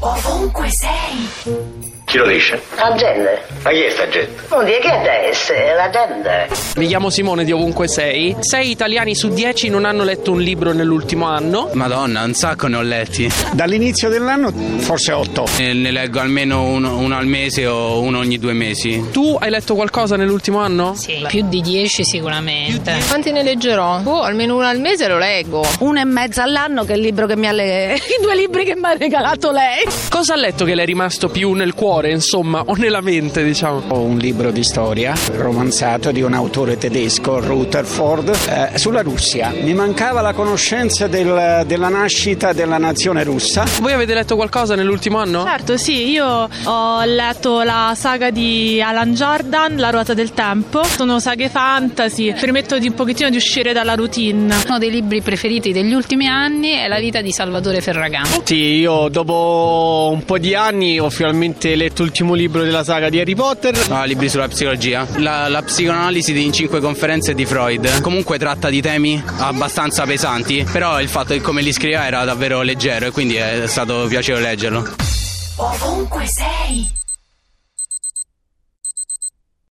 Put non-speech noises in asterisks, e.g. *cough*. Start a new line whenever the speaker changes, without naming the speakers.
Ovunque sei.
Chi lo dice?
La gente.
Ma chi è sta gente?
Non dire che adesso è la gente.
Mi chiamo Simone di Ovunque Sei. Sei italiani su dieci non hanno letto un libro nell'ultimo anno.
Madonna, un sacco ne ho letti.
Dall'inizio dell'anno forse 8.
Ne, ne leggo almeno uno, uno al mese o uno ogni due mesi.
Tu hai letto qualcosa nell'ultimo anno?
Sì, più di 10 sicuramente.
Quanti ne leggerò? Boh, almeno uno al mese lo leggo.
Una e mezza all'anno che è il libro che mi ha le... *laughs* i due libri che mi ha regalato lei.
Cosa ha letto che le è rimasto più nel cuore, insomma, o nella mente, diciamo?
Ho un libro di storia romanzato di un autore tedesco, Rutherford, eh, sulla Russia. Mi mancava la conoscenza del- della nascita della nazione russa.
Voi avete letto qualcosa nell'ultimo anno?
Certo, sì, io ho letto la saga di Alan Jordan, La ruota del tempo. Sono saghe fantasy, permetto di un pochettino di uscire dalla routine.
Uno dei libri preferiti degli ultimi anni è La vita di Salvatore Ferragamo.
Sì, io dopo un po' di anni ho finalmente letto l'ultimo libro della saga di Harry Potter.
No, libri sulla psicologia. La, la psicoanalisi di- in cinque conferenze di Freud. Comunque tratta di temi abbastanza pesanti, però il fatto che come li scriveva era davvero leggero e quindi è stato piacevole leggerlo.
Ovunque sei.